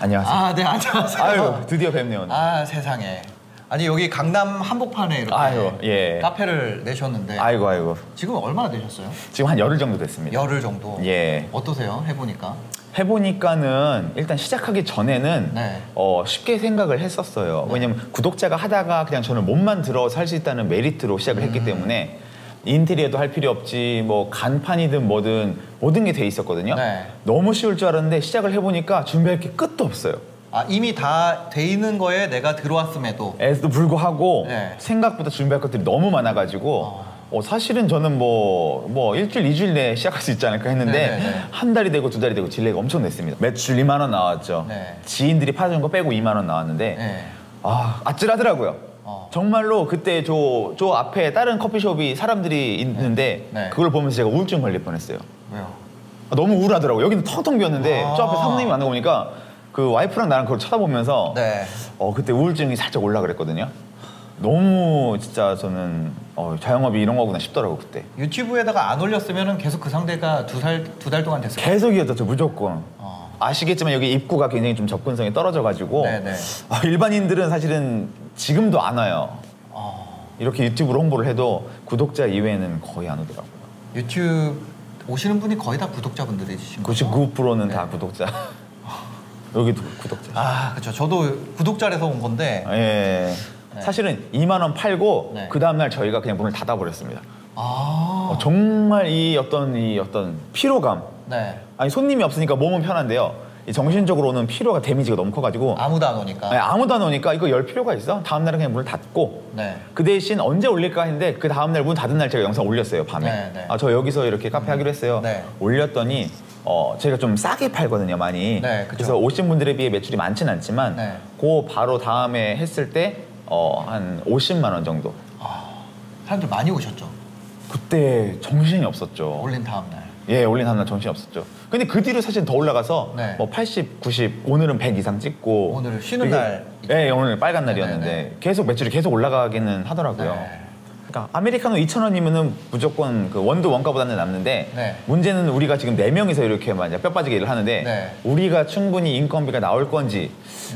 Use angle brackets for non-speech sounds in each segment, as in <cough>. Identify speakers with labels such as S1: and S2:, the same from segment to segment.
S1: 안녕하세요.
S2: 아, 네, 안녕하세요.
S1: 아유, 드디어 뵙네요. 오늘.
S2: 아, 세상에. 아니, 여기 강남 한복판에 이렇게
S1: 아유, 예.
S2: 카페를 내셨는데
S1: 아이고 아이고.
S2: 지금 얼마나 되셨어요?
S1: 지금 한 열흘 정도 됐습니다.
S2: 열흘 정도.
S1: 예.
S2: 어떠세요? 해 보니까.
S1: 해보니까는 일단 시작하기 전에는
S2: 네.
S1: 어, 쉽게 생각을 했었어요. 왜냐면 구독자가 하다가 그냥 저는 몸만 들어서 할 수 있다는 메리트로 시작을 했기 때문에 인테리어도 할 필요 없지 뭐 간판이든 뭐든 모든 게 돼 있었거든요.
S2: 네.
S1: 너무 쉬울 줄 알았는데 시작을 해보니까 준비할 게 끝도 없어요.
S2: 아, 이미 다 돼 있는 거에 내가 들어왔음에도
S1: 에도 불구하고
S2: 네.
S1: 생각보다 준비할 것들이 너무 많아가지고 어, 사실은 저는 뭐, 뭐 일주일, 이주일 내에 시작할 수 있지 않을까 했는데
S2: 네, 네, 네.
S1: 한 달이 되고 두 달이 되고 딜레이가 엄청 냈습니다. 매출 2만 원 나왔죠.
S2: 네.
S1: 지인들이 파준 거 빼고 2만 원 나왔는데
S2: 예.
S1: 아, 아찔하더라고요.
S2: 어.
S1: 정말로 그때 저, 저 앞에 다른 커피숍이 사람들이 있는데
S2: 네.
S1: 그걸 보면서 제가 우울증 걸릴 뻔했어요.
S2: 왜요?
S1: 아, 너무 우울하더라고요. 여기는 텅텅 비었는데
S2: 아.
S1: 저 앞에 사모님이 만나고 보니까 그 와이프랑 나랑 그걸 쳐다보면서
S2: 네.
S1: 어, 그때 우울증이 살짝 올라 그랬거든요. 너무 진짜 저는 어, 자영업이 이런 거구나 싶더라고 그때.
S2: 유튜브에다가 안 올렸으면 계속 그 상대가 두 살 두 달 동안 됐어요.
S1: 계속이었죠 무조건.
S2: 어.
S1: 아시겠지만 여기 입구가 굉장히 좀 접근성이 떨어져가지고
S2: 네네.
S1: 어, 일반인들은 사실은 지금도 안 와요.
S2: 어.
S1: 이렇게 유튜브로 홍보를 해도 구독자 이외에는 거의 안 오더라고요.
S2: 유튜브 오시는 분이 거의 다 구독자분들이신 거죠?
S1: 99%는
S2: 네.
S1: 다 구독자. <laughs> 여기도 구독자.
S2: 아, 그렇죠. 저도 구독자라서 온 건데.
S1: 예. 사실은 2만 원 팔고
S2: 네.
S1: 그 다음 날 저희가 그냥 문을 닫아 버렸습니다.
S2: 아.
S1: 어, 정말 이 어떤 이 어떤 피로감.
S2: 네.
S1: 아니 손님이 없으니까 몸은 편한데요. 이 정신적으로는 피로가 데미지가 너무 커가지고
S2: 아무도 안 오니까.
S1: 아니, 아무도 안 오니까 이거 열 필요가 있어? 다음 날은 그냥 문을 닫고
S2: 네.
S1: 그 대신 언제 올릴까 했는데 그 다음 날문 닫은 날 제가 영상 올렸어요 밤에.
S2: 네, 네.
S1: 아 저 여기서 이렇게 카페 하기로 했어요.
S2: 네.
S1: 올렸더니 어 제가 좀 싸게 팔거든요 많이.
S2: 네, 그쵸.
S1: 그래서 오신 분들에 비해 매출이 많진 않지만
S2: 네.
S1: 그 바로 다음에 했을 때어한 50만 원 정도.
S2: 아, 사람들 많이 오셨죠.
S1: 그때 정신이 없었죠.
S2: 올린 다음 날.
S1: 예, 올린 한날 정신이 없었죠. 근데 그 뒤로 사실 더 올라가서
S2: 네.
S1: 뭐 80, 90, 오늘은 100 이상 찍고
S2: 오늘은 쉬는
S1: 되게-
S2: 날.
S1: 예, 오늘 빨간 날이었는데
S2: 네, 네, 네.
S1: 계속 매출이 계속 올라가기는 하더라고요.
S2: 네.
S1: 그러니까 아메리카노 2,000원이면은 무조건 그 원두 원가보다는 남는데
S2: 네. 만약에
S1: 문제는 우리가 지금 네명이서 이렇게 막 이제 뼈 빠지게 일을 하는데
S2: 네. 음.
S1: 우리가 충분히 인건비가 나올 건지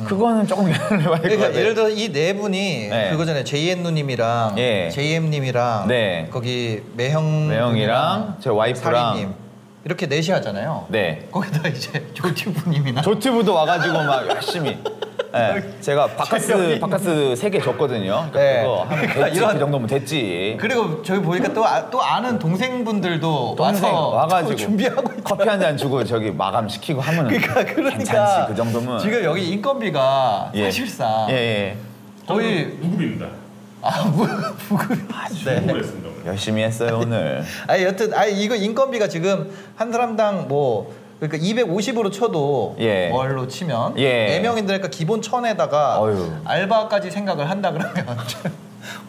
S1: 그거는 조금 <laughs> 연을 해봐야 될 것
S2: 그러니까
S1: 같아요.
S2: 예를 들어 이 네 분이
S1: 네.
S2: 그거잖아요. JN 누님이랑
S1: 예.
S2: JM 님이랑
S1: 네.
S2: 거기 매형
S1: 매형이랑
S2: 누님이랑
S1: 제
S2: 음.
S1: 와이프랑
S2: 사리 님. 이렇게 넷이 하잖아요.
S1: 네.
S2: 거기다 <laughs> 이제 조튜브 님이나
S1: 조튜브도 와가지고 막 열심히. 예, 제가 바카스
S2: 재미없는-
S1: 바카스 세 개 줬거든요. 그러니까
S2: 아, 네.
S1: 그거 하면 됐지
S2: 이런-
S1: 그 정도면 됐지.
S2: 그리고 저희 보니까 또, 아, 또 아는 동생분들도
S1: 동생
S2: 와서 <laughs>
S1: 와가지고
S2: 준비하고 있
S1: 커피 한 잔 주고 저기 마감 시키고 하면
S2: 그러니까 그러니까
S1: 괜찮지 그 정도면
S2: 지금 여기 인건비가
S1: 예.
S2: 사실상
S1: 예, 예.
S2: 거의 네.
S3: 무급입니다.
S2: 아 뭐야 <laughs> 부급
S3: 무급했습니다
S1: 열심히 했어요
S2: <laughs>
S1: 오늘.
S2: 아니 여튼 아니 이거 인건비가 지금 한 사람당 뭐 그러니까 250으로 쳐도
S1: 예.
S2: 월로 치면
S1: 예.
S2: 네 명인데니까 기본 1000에다가
S1: 어휴.
S2: 알바까지 생각을 한다 그러면 <laughs>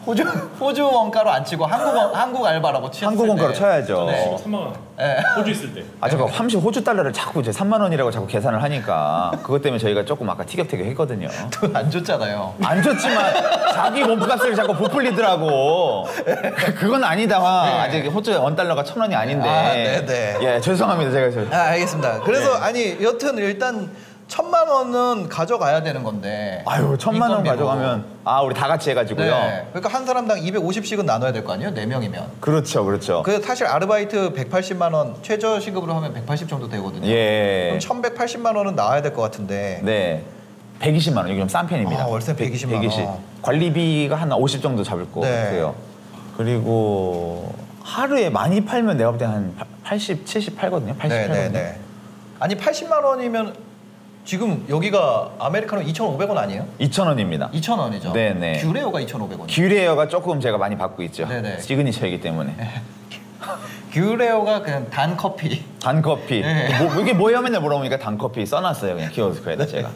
S2: 호주 호주 원가로 안 치고 한국 원- 한국 알바라고 치면
S1: 한국 원가로 쳐야죠.
S2: 네.
S3: 3만 원.
S2: 예.
S3: 호주 있을 때.
S1: 아 잠깐 함시 호주 달러를 자꾸 이제 3만 원이라고 자꾸 계산을 하니까 그것 때문에 저희가 조금 아까 티격태격 했거든요.
S2: <laughs> 안 줬잖아요.
S1: 안 좋지만 자기 몸값을 자꾸 부풀리더라고. 그건 아니다. 아직 호주 원 달러가 천 원이 아닌데.
S2: 네. 아, 네네.
S1: 예 죄송합니다 제가 저.
S2: 아, 알겠습니다. 그래서 아니 여튼 일단 천만 원은 가져가야 되는 건데.
S1: 아유 천만 원
S2: 인건비로.
S1: 가져가면 아 우리 다 같이 해가지고요.
S2: 네. 그러니까 한 사람당 250씩은 나눠야 될 거 아니에요? 네 명이면.
S1: 그렇죠 그렇죠.
S2: 그 사실 아르바이트 180만 원 최저 시급으로 하면 180 정도 되거든요.
S1: 예.
S2: 그럼 1,180만 원은 나와야 될 것 같은데.
S1: 네. 120만 원. 여기 좀 싼 편입니다.
S2: 아, 월세 120만 원.
S1: 관리비가 한 50 정도 잡을 것
S2: 네.
S1: 같아요. 그리고 하루에 많이 팔면 내가 볼 때 한 80, 70 팔거든요. 80
S2: 네, 네,
S1: 팔거든요.
S2: 네. 아니 80만 원이면 지금 여기가 아메리카노 2,500원 아니에요?
S1: 2,000원입니다.
S2: 2,000원이죠.
S1: 네, 네.
S2: 규레오가 2,500원. 이에요
S1: 귤레어가 조금 제가 많이 받고 있죠.
S2: 네, 네.
S1: 시그니처이기 때문에.
S2: 규레오가 그냥 단 커피. <laughs>
S1: 단커피.
S2: 네. 네.
S1: 뭐, 이게 뭐예요? 맨날 물어보니까 단커피 써놨어요. 그냥 키오스크에다 제가.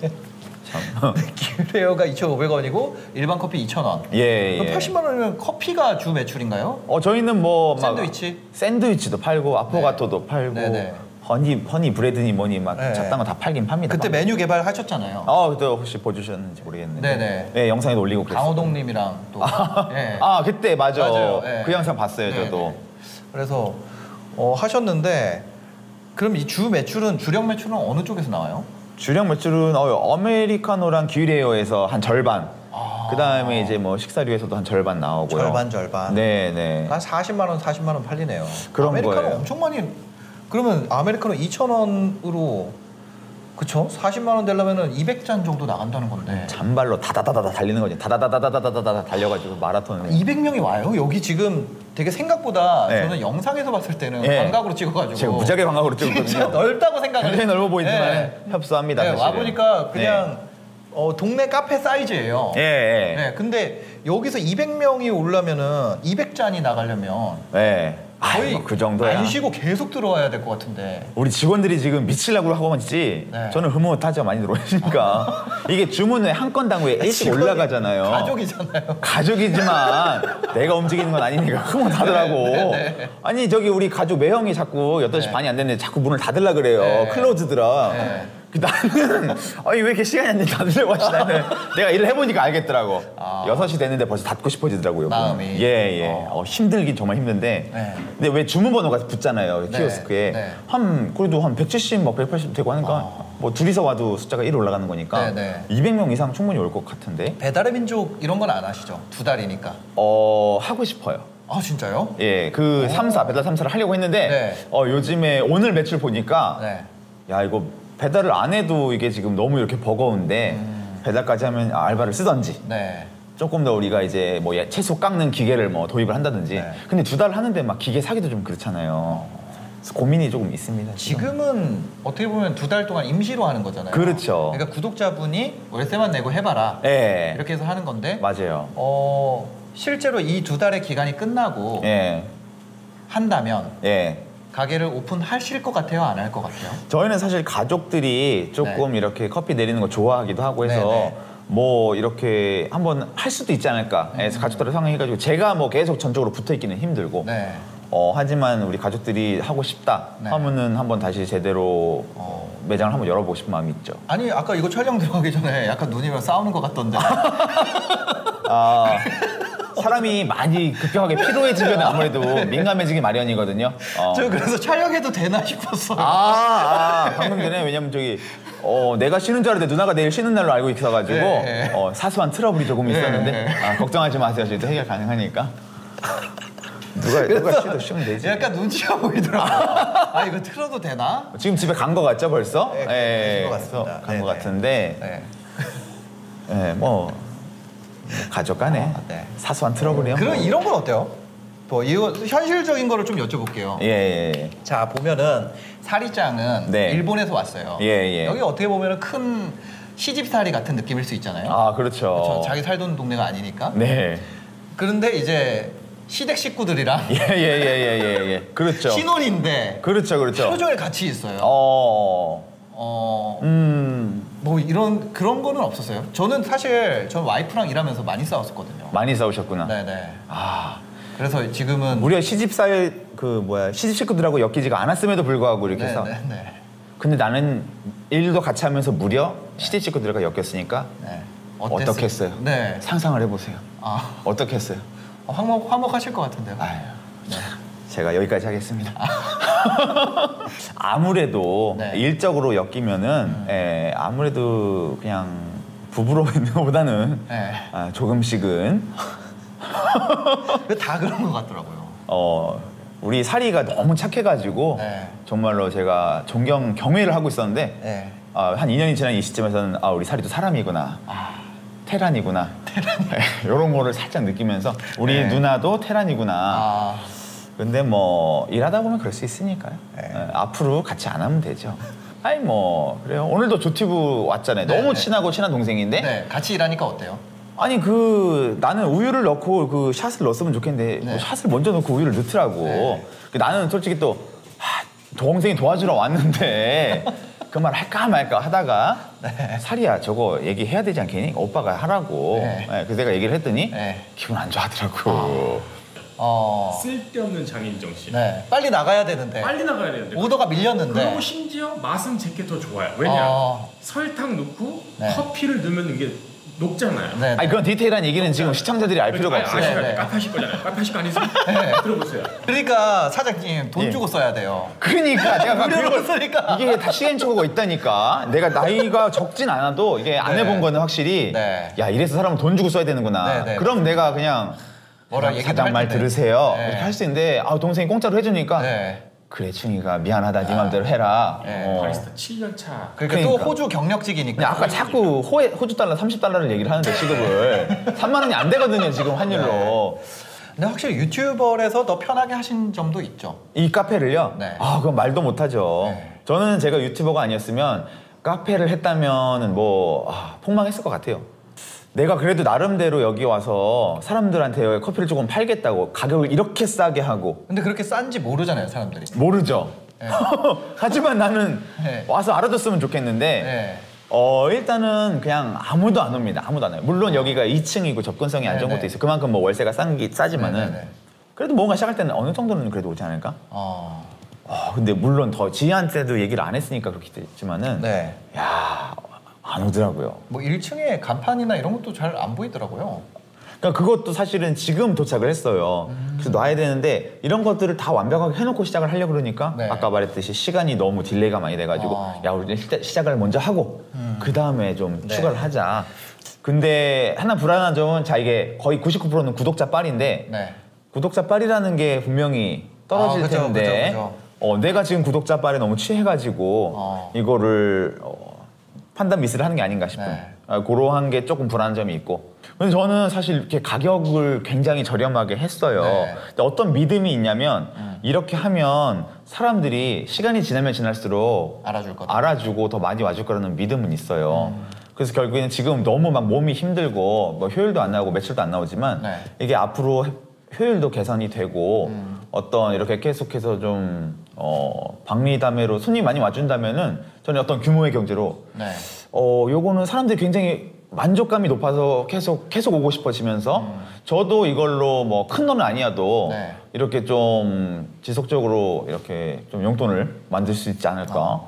S2: 기레어가 2,500원이고 일반 커피 2,000원.
S1: 예, 예.
S2: 80만 원이면 커피가 주 매출인가요?
S1: 어 저희는 뭐막
S2: 샌드위치?
S1: 샌드위치도 팔고 아포가토도 팔고
S2: 네, 네.
S1: 허니 허니 브레드니 뭐니 막
S2: 네.
S1: 잡다한 거 다 팔긴 팝니다.
S2: 그때 메뉴 아. 개발하셨잖아요.
S1: 아 그때 혹시 보여주셨는지 모르겠는데.
S2: 네네.
S1: 예, 영상에도 올리고 그랬어요.
S2: 강호동님이랑 또. 예.
S1: 아 그때 맞아.
S2: 맞아요. 예.
S1: 그 영상 봤어요
S2: 네,
S1: 저도.
S2: 네. 그래서 어, 하셨는데 그럼 이 주 매출은 주력 매출은 어느 쪽에서 나와요?
S1: 주력 매출은 어, 아메리카노랑 기레어에서 한 절반.
S2: 아.
S1: 그다음에 이제 뭐 식사류에서도 한 절반 나오고요.
S2: 절반 절반.
S1: 네, 네.
S2: 한 40만 원, 40만 원 팔리네요.
S1: 그런
S2: 아메리카노
S1: 거예요.
S2: 엄청 많이 그러면 아메리카노 2,000원으로 그쵸? 40만 원 되려면은 200잔 정도 나간다는
S1: 네.
S2: 건데.
S1: 잔발로 다다다다다 달리는 거지. 다다다다다다다다 달려가지고 마라톤을.
S2: 아, 200명이 와요. 여기 지금 되게 생각보다
S1: 네.
S2: 저는 영상에서 봤을 때는
S1: 네.
S2: 광각으로 찍어가지고
S1: 제가 무지하게 광각으로
S2: 진짜
S1: 찍었거든요.
S2: 넓다고 생각을
S1: 굉장히 넓어 보이지만
S2: 네.
S1: 협소합니다.
S2: 네,
S1: 사실은.
S2: 와 보니까
S1: 네.
S2: 그냥 어, 동네 카페 사이즈예요.
S1: 예, 예.
S2: 네, 근데 여기서 200명이 오려면은 200잔이 나가려면
S1: 예. 아,
S2: 거의
S1: 거의 그 정도야.
S2: 안 쉬고 계속 들어와야 될 것 같은데.
S1: 우리 직원들이 지금 미치려고 하고 있지.
S2: 네.
S1: 저는 흐뭇하죠.
S2: <laughs>
S1: 많이 들어오시니까. 이게 주문에 한 건당 왜 일씩
S2: 아, 직원이
S1: 올라가잖아요.
S2: 가족이잖아요.
S1: 지만 내가 움직이는 건 아니니까 흐뭇하더라고.
S2: 네, 네, 네.
S1: 아니 저기 우리 가족 매형이 자꾸 8시
S2: 네.
S1: 반이 안 됐는데 자꾸 문을 닫으려 그래요.
S2: 네.
S1: 클로즈더라.
S2: 네.
S1: 그 나는 아니 왜 이렇게 시간이 안 되는지 닫으려고 하지 나는 내가 일을 해보니까 알겠더라고.
S2: 아.
S1: 6시 됐는데 벌써 닫고 싶어지더라고요.
S2: 마음이.
S1: 예예. 어, 힘들긴 정말 힘든데.
S2: 네.
S1: 근데 왜 주문번호가 붙잖아요.
S2: 네,
S1: 키오스크에
S2: 네. 아.
S1: 한 그래도 한 170, 뭐 180 되고 하니까 뭐 둘이서 와도 숫자가 1 올라가는 거니까
S2: 네,
S1: 200명 이상 충분히 올 것 같은데
S2: 배달의 민족 이런 건 안 하시죠? 두 달이니까.
S1: 어 하고 싶어요.
S2: 아 진짜요?
S1: 예, 그
S2: 오.
S1: 3사 배달 3사를 하려고 했는데
S2: 어. 네.
S1: 어, 요즘에 오늘 매출 보니까
S2: 네.
S1: 야 이거 배달을 안 해도 이게 지금 너무 이렇게 버거운데
S2: 음.
S1: 배달까지 하면 알바를 쓰던지
S2: 네.
S1: 조금 더 우리가 이제 뭐 예- 채소 깎는 기계를 뭐 도입을 한다든지
S2: 네. 어.
S1: 근데 두 달 하는데 막 기계 사기도 좀 그렇잖아요. 그래서 고민이 조금 있습니다.
S2: 지금은 어떻게 보면 두 달 동안 임시로 하는 거잖아요.
S1: 그렇죠.
S2: 그러니까 구독자분이 월세만 내고 해봐라
S1: 예.
S2: 이렇게 해서 하는 건데,
S1: 맞아요.
S2: 어 실제로 이 두 달의 기간이 끝나고
S1: 예.
S2: 한다면
S1: 예.
S2: 가게를 오픈하실 것 같아요, 안 할 것 같아요?
S1: 저희는 사실 가족들이 조금 이렇게 커피 내리는 거 좋아하기도 하고 해서
S2: 네, 네.
S1: 뭐 이렇게 한번 할 수도 있지 않을까 해서 가족들을 상의해가지고 제가 뭐 계속 전적으로 붙어 있기는 힘들고
S2: 음. 네.
S1: 어, 하지만 우리 가족들이 하고 싶다
S2: 네.
S1: 하면은 한번 다시 제대로 어, 매장을 한번 열어보고 싶은 마음이 있죠.
S2: 아니 아까 이거 촬영 들어가기 전에 약간 누님이랑 싸우는 것 같던데. <laughs>
S1: 아, 사람이 많이 급격하게 피로해지면 아무래도
S2: 네.
S1: 민감해지기 마련이거든요. 어.
S2: <laughs> 저 그래서 촬영해도 되나 싶었어요.
S1: 아, 아 방금 전에 왜냐면 저기 어 내가 쉬는 줄 알았는데 누나가 내일 쉬는 날로 알고 있어가지고
S2: 예, 예.
S1: 어, 사소한 트러블이 조금 있었는데
S2: 예, 예.
S1: 아, 걱정하지 마세요 저희도 해결 가능하니까 누가 누가 쉬도 쉬면 되지
S2: 약간 눈치가
S1: <laughs>
S2: 보이더라고요. 아 이거 틀어도 되나?
S1: 지금 집에 간 거 같죠 벌써
S2: 예, 가신 것 같습니다.
S1: 간 거
S2: 네, 네.
S1: 같은데
S2: 네.
S1: 예뭐 가져가네
S2: 아, 네.
S1: 사소한 트러블이요
S2: 그럼
S1: 뭐.
S2: 이런 건 어때요? 뭐 이거 현실적인 거를 좀 여쭤볼게요.
S1: 예, 예,
S2: 자 보면은 사리짱은
S1: 네.
S2: 일본에서 왔어요.
S1: 예, 예.
S2: 여기 어떻게 보면은 큰 시집살이 같은 느낌일 수 있잖아요.
S1: 아 그렇죠
S2: 그렇죠. 자기 살던 동네가 아니니까.
S1: 네
S2: 그런데 이제 시댁 식구들이랑
S1: 예, 예, 예, 예, 예, 예. 그렇죠
S2: 신혼인데
S1: 그렇죠 그렇죠
S2: 하루 종일 같이 있어요.
S1: 어
S2: 어,
S1: 음.
S2: 뭐 이런 그런 거는 없었어요. 저는 사실 전 와이프랑 일하면서 많이 싸웠었거든요.
S1: 많이 싸우셨구나.
S2: 네네.
S1: 아,
S2: 그래서 지금은
S1: 무려 시집살 그 뭐야 시집 식구들하고 엮이지가 않았음에도 불구하고 이렇게 해서.
S2: 네네네.
S1: 근데 나는 일도 같이 하면서 무려 시집 식구들과 엮였으니까
S2: 네. 어땠어요?
S1: 어떻겠어요?
S2: 네.
S1: 상상을 해보세요.
S2: 아
S1: 어떻겠어요?
S2: 화목 화목하실 것 같은데요.
S1: 아유, 제가 여기까지 하겠습니다.
S2: <laughs>
S1: 아무래도
S2: 네. 음.
S1: 일적으로 엮이면은 예, 아무래도 그냥 부부로 <laughs> 있는 것보다는
S2: 네.
S1: 아, 조금씩은
S2: <laughs> 근데 다 그런 것 같더라고요.
S1: 어, 우리 사리가 너무 착해가지고
S2: 네.
S1: 정말로 제가 존경 경외를 하고 있었는데
S2: 네.
S1: 아, 한 2년이 지난 이 시점에서는 아 우리 사리도 사람이구나
S2: 아.
S1: 테란이구나 이런 거를 살짝 느끼면서 우리
S2: 네.
S1: 누나도 테란이구나
S2: 아
S1: 근데 뭐 일하다 보면 그럴 수 있으니까요
S2: 네.
S1: 예, 앞으로 같이 안 하면 되죠 아니 뭐 그래요 오늘도 조티브 왔잖아요
S2: 네,
S1: 너무
S2: 네.
S1: 친하고 친한 동생인데
S2: 네. 같이 일하니까 어때요?
S1: 아니 그 나는 우유를 넣고 그 샷을 넣었으면 좋겠는데
S2: 네.
S1: 뭐 샷을 먼저 넣고 우유를 넣더라고.
S2: 네.
S1: 그 나는 솔직히 또 하, 동생이 도와주러 왔는데 그 말 할까 말까 하다가 사리야 저거 얘기해야 되지 않겠니? 오빠가 하라고.
S2: 네.
S1: 예, 그래서 내가 얘기를 했더니
S2: 네.
S1: 기분 안 좋아하더라고.
S2: 어.
S3: 쓸데없는 장인정 씨.
S2: 네. 빨리 나가야 되는데.
S3: 빨리 나가야 되는데.
S2: 오더가 네.
S3: 그리고
S2: 밀렸는데.
S3: 심지어 맛은 제게 더 좋아요. 왜냐?
S2: 어.
S3: 설탕 넣고
S2: 네.
S3: 커피를 넣으면 이게 녹잖아요. 그러니까
S2: 네.
S1: 아니 그런 디테일한 얘기는 지금 시청자들이 알 필요가
S3: 아니,
S1: 없어요.
S3: 아시잖아요.
S2: 네, 네.
S3: 카페하실 거잖아요. 카페하실 거 아니세요? 들어보세요.
S2: 그러니까 사장님 돈
S1: 예.
S2: 주고 써야 돼요.
S1: 그러니까 내가 막
S2: 무료로
S1: 그걸-
S2: 쓰니까.
S1: 이게 다 시행착오가 있다니까 내가 나이가 적진 않아도 이게 안
S2: 네.
S1: 해본 거는 확실히
S2: 네.
S1: 야 이래서 사람은 돈 주고 써야 되는구나
S2: 네, 네.
S1: 그럼 내가 그냥
S2: 뭐라
S1: 사장-
S2: 얘기도
S1: 사장
S2: 할
S1: 말
S2: 텐데.
S1: 들으세요
S2: 네.
S1: 이렇게 할 수 있는데 아 동생이 공짜로 해주니까
S2: 네. 아.
S1: 그래 충이가 미안하다 네 맘대로 해라
S2: 네,
S1: 어.
S3: 바리스타 7년 차.
S2: 그러니까,
S1: 그러니까.
S2: 또 호주 경력직이니까.
S1: 근데 아까 자꾸 호에, 호주 달러 30달러를 얘기를 하는데 시급을
S2: <laughs>
S1: 3만 원이 안 되거든요 지금
S2: 네.
S1: 환율로
S2: 근데 확실히 유튜버에서 더 편하게 하신 점도 있죠.
S1: 이 카페를요?
S2: 네.
S1: 아, 그건 말도 못하죠.
S2: 네.
S1: 저는 제가 유튜버가 아니었으면 카페를 했다면 뭐 아, 폭망했을 것 같아요. 내가 그래도 나름대로 여기 와서 사람들한테 커피를 조금 팔겠다고 가격을 이렇게 싸게 하고
S2: 근데 그렇게 싼지 모르잖아요, 사람들이.
S1: 모르죠.
S2: 네.
S1: <laughs> 하지만 나는
S2: 네.
S1: 와서 알아줬으면 좋겠는데
S2: 네.
S1: 어 일단은 그냥 아무도 안 옵니다. 아무도 안 와요. 물론 여기가 2층이고 접근성이 안 좋은
S2: 어. 네네.
S1: 것도 있어. 요 그만큼 뭐 월세가 싼 게 싸지만은
S2: 네네네.
S1: 그래도 뭔가 시작할 때는 어느 정도는 그래도 오지 않을까?
S2: 어.
S1: 아, 근데 물론 더 지희한테도 얘기를 안 했으니까 그렇겠지만은
S2: 네.
S1: 야, 안 오더라고요.
S2: 뭐 1층에 간판이나 이런 것도 잘 안 보이더라고요.
S1: 그러니까 그것도 사실은 지금 도착을 했어요. 그래서 놔야 되는데 이런 것들을 다 완벽하게 해놓고 시작을 하려고 그러니까
S2: 네.
S1: 아까 말했듯이 시간이 너무 딜레이가 많이 돼가지고
S2: 아.
S1: 야 우리 일단 시작을 먼저 하고 그 다음에 좀
S2: 네.
S1: 추가를 하자. 근데 하나 불안한 점은 자 이게 거의 99%는 구독자 빨인데
S2: 네.
S1: 구독자 빨이라는 게 분명히 떨어질
S2: 아, 그죠,
S1: 텐데
S2: 그죠, 그죠.
S1: 어, 내가 지금 구독자 빨에 너무 취해가지고
S2: 어.
S1: 이거를 어, 판단 미스를 하는 게 아닌가 싶은
S2: 네.
S1: 아, 그러한 게 조금 불안한 점이 있고 근데 저는 사실 이렇게 가격을 굉장히 저렴하게 했어요
S2: 네.
S1: 근데 어떤 믿음이 있냐면 이렇게 하면 사람들이 시간이 지나면 지날수록
S2: 알아줄 거다.
S1: 알아주고 더 많이 와줄 거라는 믿음은 있어요. 그래서 결국에는 지금 너무 막 몸이 힘들고 뭐 효율도 안 나오고 매출도 안 나오지만
S2: 네.
S1: 이게 앞으로 효율도 개선이 되고
S2: 음.
S1: 어떤 이렇게 계속해서 좀 어, 박리담회로 손님 많이 와준다면은 저는 어떤 규모의 경제로
S2: 네.
S1: 어 요거는 사람들이 굉장히 만족감이 높아서 계속 계속 오고 싶어지면서 저도 이걸로 뭐 큰 놈은 아니어도
S2: 음. 네.
S1: 이렇게 좀 지속적으로 이렇게 좀 용돈을 만들 수 있지 않을까.
S2: 아,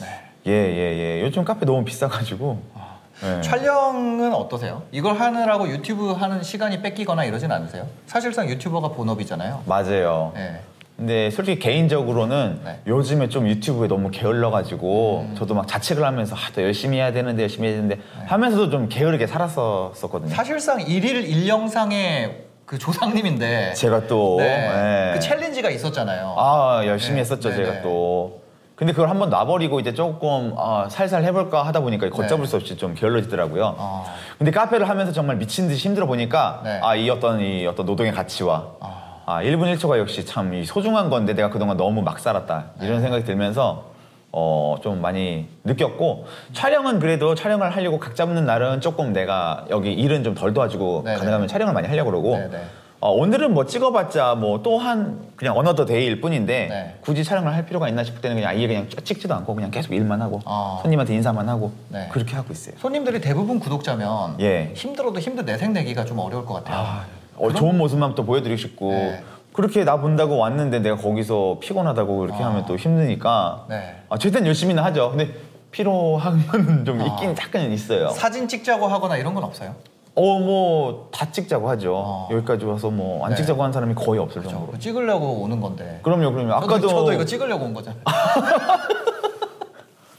S2: 네.
S1: 예예예. 요즘 카페 너무 비싸가지고.
S2: 아,
S1: 예.
S2: 촬영은 어떠세요? 이걸 하느라고 유튜브 하는 시간이 뺏기거나 이러진 않으세요? 사실상 유튜버가 본업이잖아요.
S1: 맞아요.
S2: 네.
S1: 근데 솔직히 개인적으로는
S2: 네. 음.
S1: 요즘에 좀 유튜브에 너무 게을러가지고 저도 막 자책을 하면서 아, 더 열심히 해야 되는데 열심히 해야 되는데 하면서도 좀 게으르게 살았었거든요.
S2: 네. 사실상 일일 일영상의 그 조상님인데
S1: 제가 또
S2: 네.
S1: 예.
S2: 그 챌린지가 있었잖아요.
S1: 아 열심히
S2: 네,
S1: 했었죠
S2: 네,
S1: 제가
S2: 네.
S1: 또 근데 그걸 한번 놔버리고 이제 조금 아, 살살 해볼까 하다 보니까 걷잡을 수 없이 좀 게을러지더라고요
S2: 네. 아.
S1: 근데 카페를 하면서 정말 미친 듯이 힘들어 보니까
S2: 네.
S1: 아 이 어떤 이 어떤 노동의 가치와
S2: 아.
S1: 아 1분 1초가 역시 참 이 소중한 건데 내가 그동안 너무 막 살았다
S2: 네.
S1: 이런 생각이 들면서 어 좀 많이 느꼈고 촬영은 그래도 촬영을 하려고 각 잡는 날은 조금 내가 여기 일은 좀 덜 도와주고
S2: 네, 네.
S1: 가능하면 촬영을 많이 하려고 그러고
S2: 네, 네.
S1: 어, 오늘은 뭐 찍어봤자 뭐 또 한 그냥 어너더 데이일 뿐인데
S2: 네.
S1: 굳이 촬영을 할 필요가 있나 싶을 때는 그냥 아예 그냥 쭉 찍지도 않고 그냥 계속 일만 하고
S2: 아.
S1: 손님한테 인사만 하고
S2: 네.
S1: 그렇게 하고 있어요.
S2: 손님들이 대부분 구독자면
S1: 예.
S2: 힘들어도 힘든 내색 내기가 좀 어려울 것 같아요.
S1: 어, 좋은 모습만 또 보여드리고 싶고
S2: 네.
S1: 그렇게 나 본다고 왔는데 내가 거기서 피곤하다고 이렇게 하면 또 힘드니까
S2: 아. 네.
S1: 아, 최대한 열심히는 하죠. 근데 피로함은 <laughs>
S2: 아.
S1: 좀 있긴 약간 있어요.
S2: 사진 찍자고 하거나 이런 건 없어요?
S1: 어 뭐 다 찍자고 하죠.
S2: 어.
S1: 여기까지 와서 뭐 안
S2: 네.
S1: 찍자고 한 사람이 거의 없을 정도로.
S2: 그거 찍으려고 오는 건데.
S1: 그럼요, 그럼요. 아. 아까도
S2: 저도, 저도 이거 찍으려고 온 거잖아요.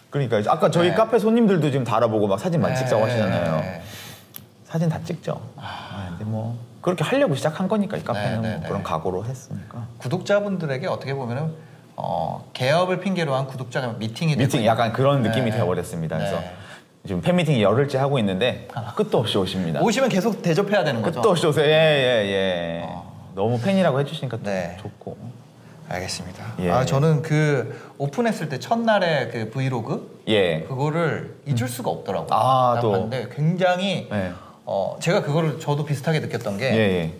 S1: 그러니까 아까 저희
S2: 네.
S1: 카페 손님들도 지금 다 알아보고 막 사진 많이 찍자고
S2: 네.
S1: 하시잖아요.
S2: 네.
S1: 사진 다 찍죠. 아, 근데 뭐 그렇게 하려고 시작한 거니까 이 카페는
S2: 네,
S1: 뭐
S2: 네.
S1: 그런 각오로 했으니까.
S2: 구독자분들에게 어떻게 보면은 어, 개업을 핑계로 한 구독자 미팅이 되고
S1: 미팅 약간 그런 느낌이
S2: 네.
S1: 되어버렸습니다. 그래서
S2: 네.
S1: 지금 팬미팅이 열흘째 하고 있는데 끝도 없이 오십니다.
S2: 오시면 계속 대접해야 되는 거죠. 어.
S1: 끝도 없이 오세요. 예, 예, 예. 너무 팬이라고 해주시니까 또
S2: 네.
S1: 좋고.
S2: 알겠습니다.
S1: 예.
S2: 아 저는 그 오픈했을 때 첫날에 그 브이로그
S1: 예.
S2: 그거를 잊을 수가 없더라고요.
S1: 아,
S2: 딱
S1: 또.
S2: 봤는데 굉장히
S1: 네.
S2: 어, 제가 그거를 저도 비슷하게 느꼈던 게
S1: 예, 예.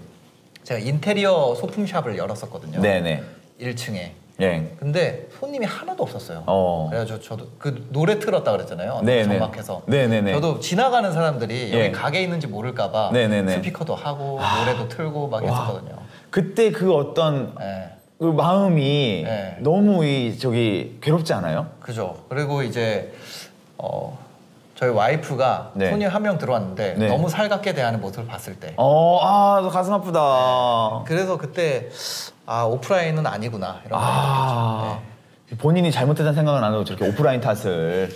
S2: 제가 인테리어 소품샵을 열었었거든요.
S1: 네네.
S2: 1층에.
S1: 예.
S2: 근데 손님이 하나도 없었어요.
S1: 어.
S2: 그래가지고 저도 그 노래 틀었다 그랬잖아요.
S1: 네, 네.
S2: 정막해서.
S1: 네네네.
S2: 저도 지나가는 사람들이
S1: 예.
S2: 여기 가게 있는지 모를까봐
S1: 네, 아. 네, 네.
S2: 스피커도 하고 노래도 틀고 막 했었거든요.
S1: 그때 그 어떤
S2: 예.
S1: 그 마음이
S2: 네.
S1: 너무 이 저기 괴롭지 않아요?
S2: 그죠. 그리고 이제 어, 저희 와이프가
S1: 네.
S2: 손님 한 명 들어왔는데
S1: 네.
S2: 너무 살갑게 대하는 모습을 봤을 때
S1: 어, 아, 나 가슴 아프다.
S2: 그래서 그때 아 오프라인은 아니구나 이런
S1: 아,
S2: 네.
S1: 본인이 잘못했다는 생각은 안 하고 저렇게 오프라인 탓을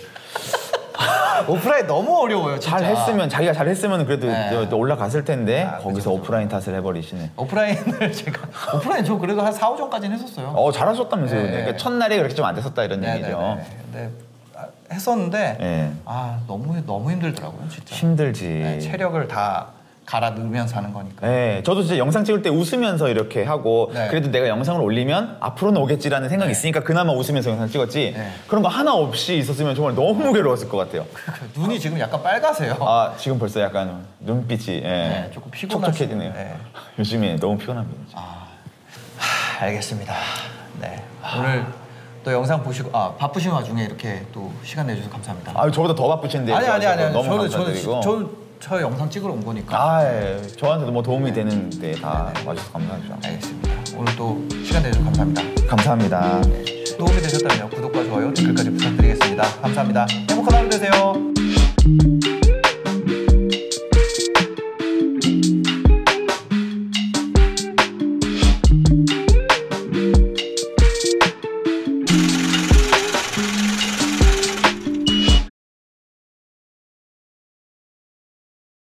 S2: 생각. 오프라인 너무 어려워요. 진짜.
S1: 잘 했으면 자기가 잘 했으면 그래도
S2: 네.
S1: 저- 저 올라갔을 텐데
S2: 아, 그죠,
S1: 거기서
S2: 그죠.
S1: 오프라인 탓을 해버리시네.
S2: 오프라인을 <laughs> 제가 오프라인 저 그래도 한 4, 5전까지는 했었어요.
S1: 어, 잘하셨다면서요.
S2: 네, 네.
S1: 그러니까 첫날이 그렇게 좀 안 됐었다 이런 얘기죠.
S2: 네네네. 근데 아, 했었는데
S1: 예.
S2: 아 너무 너무 힘들더라고요 진짜.
S1: 힘들지.
S2: 네, 체력을 다 갈아 넣으면서 하는 거니까.
S1: 네, 저도 진짜 영상 찍을 때 웃으면서 이렇게 하고
S2: 네.
S1: 그래도 내가 영상을 올리면 앞으로는 오겠지라는 생각이 있으니까 그나마 웃으면서 영상 찍었지
S2: 네.
S1: 그런 거 하나 없이 있었으면 정말 너무 괴로웠을 것 같아요.
S2: 눈이 지금 약간 빨가세요.
S1: 아 지금 벌써 약간 눈빛이 예,
S2: 네, 조금 피곤하시-
S1: 촉촉해지네요.
S2: 네.
S1: <laughs>
S2: 아.
S1: 요즘에 너무 피곤합니다.
S2: 하, 아, 알겠습니다. 네 오늘 또 영상 보시고 아 바쁘신 와중에 이렇게 또 시간 내주셔서 감사합니다.
S1: 아 저보다 더 바쁘신데
S2: 아니 아니 아니, 아니.
S1: 너무
S2: 저는 저는
S1: 감사드리고.
S2: 저는 저 영상 찍으러 온 거니까.
S1: 아, 예. 저한테도 뭐 도움이 되는데 다 와주셔서 감사합니다.
S2: 알겠습니다. 오늘 또 시간 내주셔서 감사합니다.
S1: 감사합니다.
S2: 도움이 되셨다면 구독과 좋아요 댓글까지 부탁드리겠습니다. 감사합니다. 행복한 하루 되세요.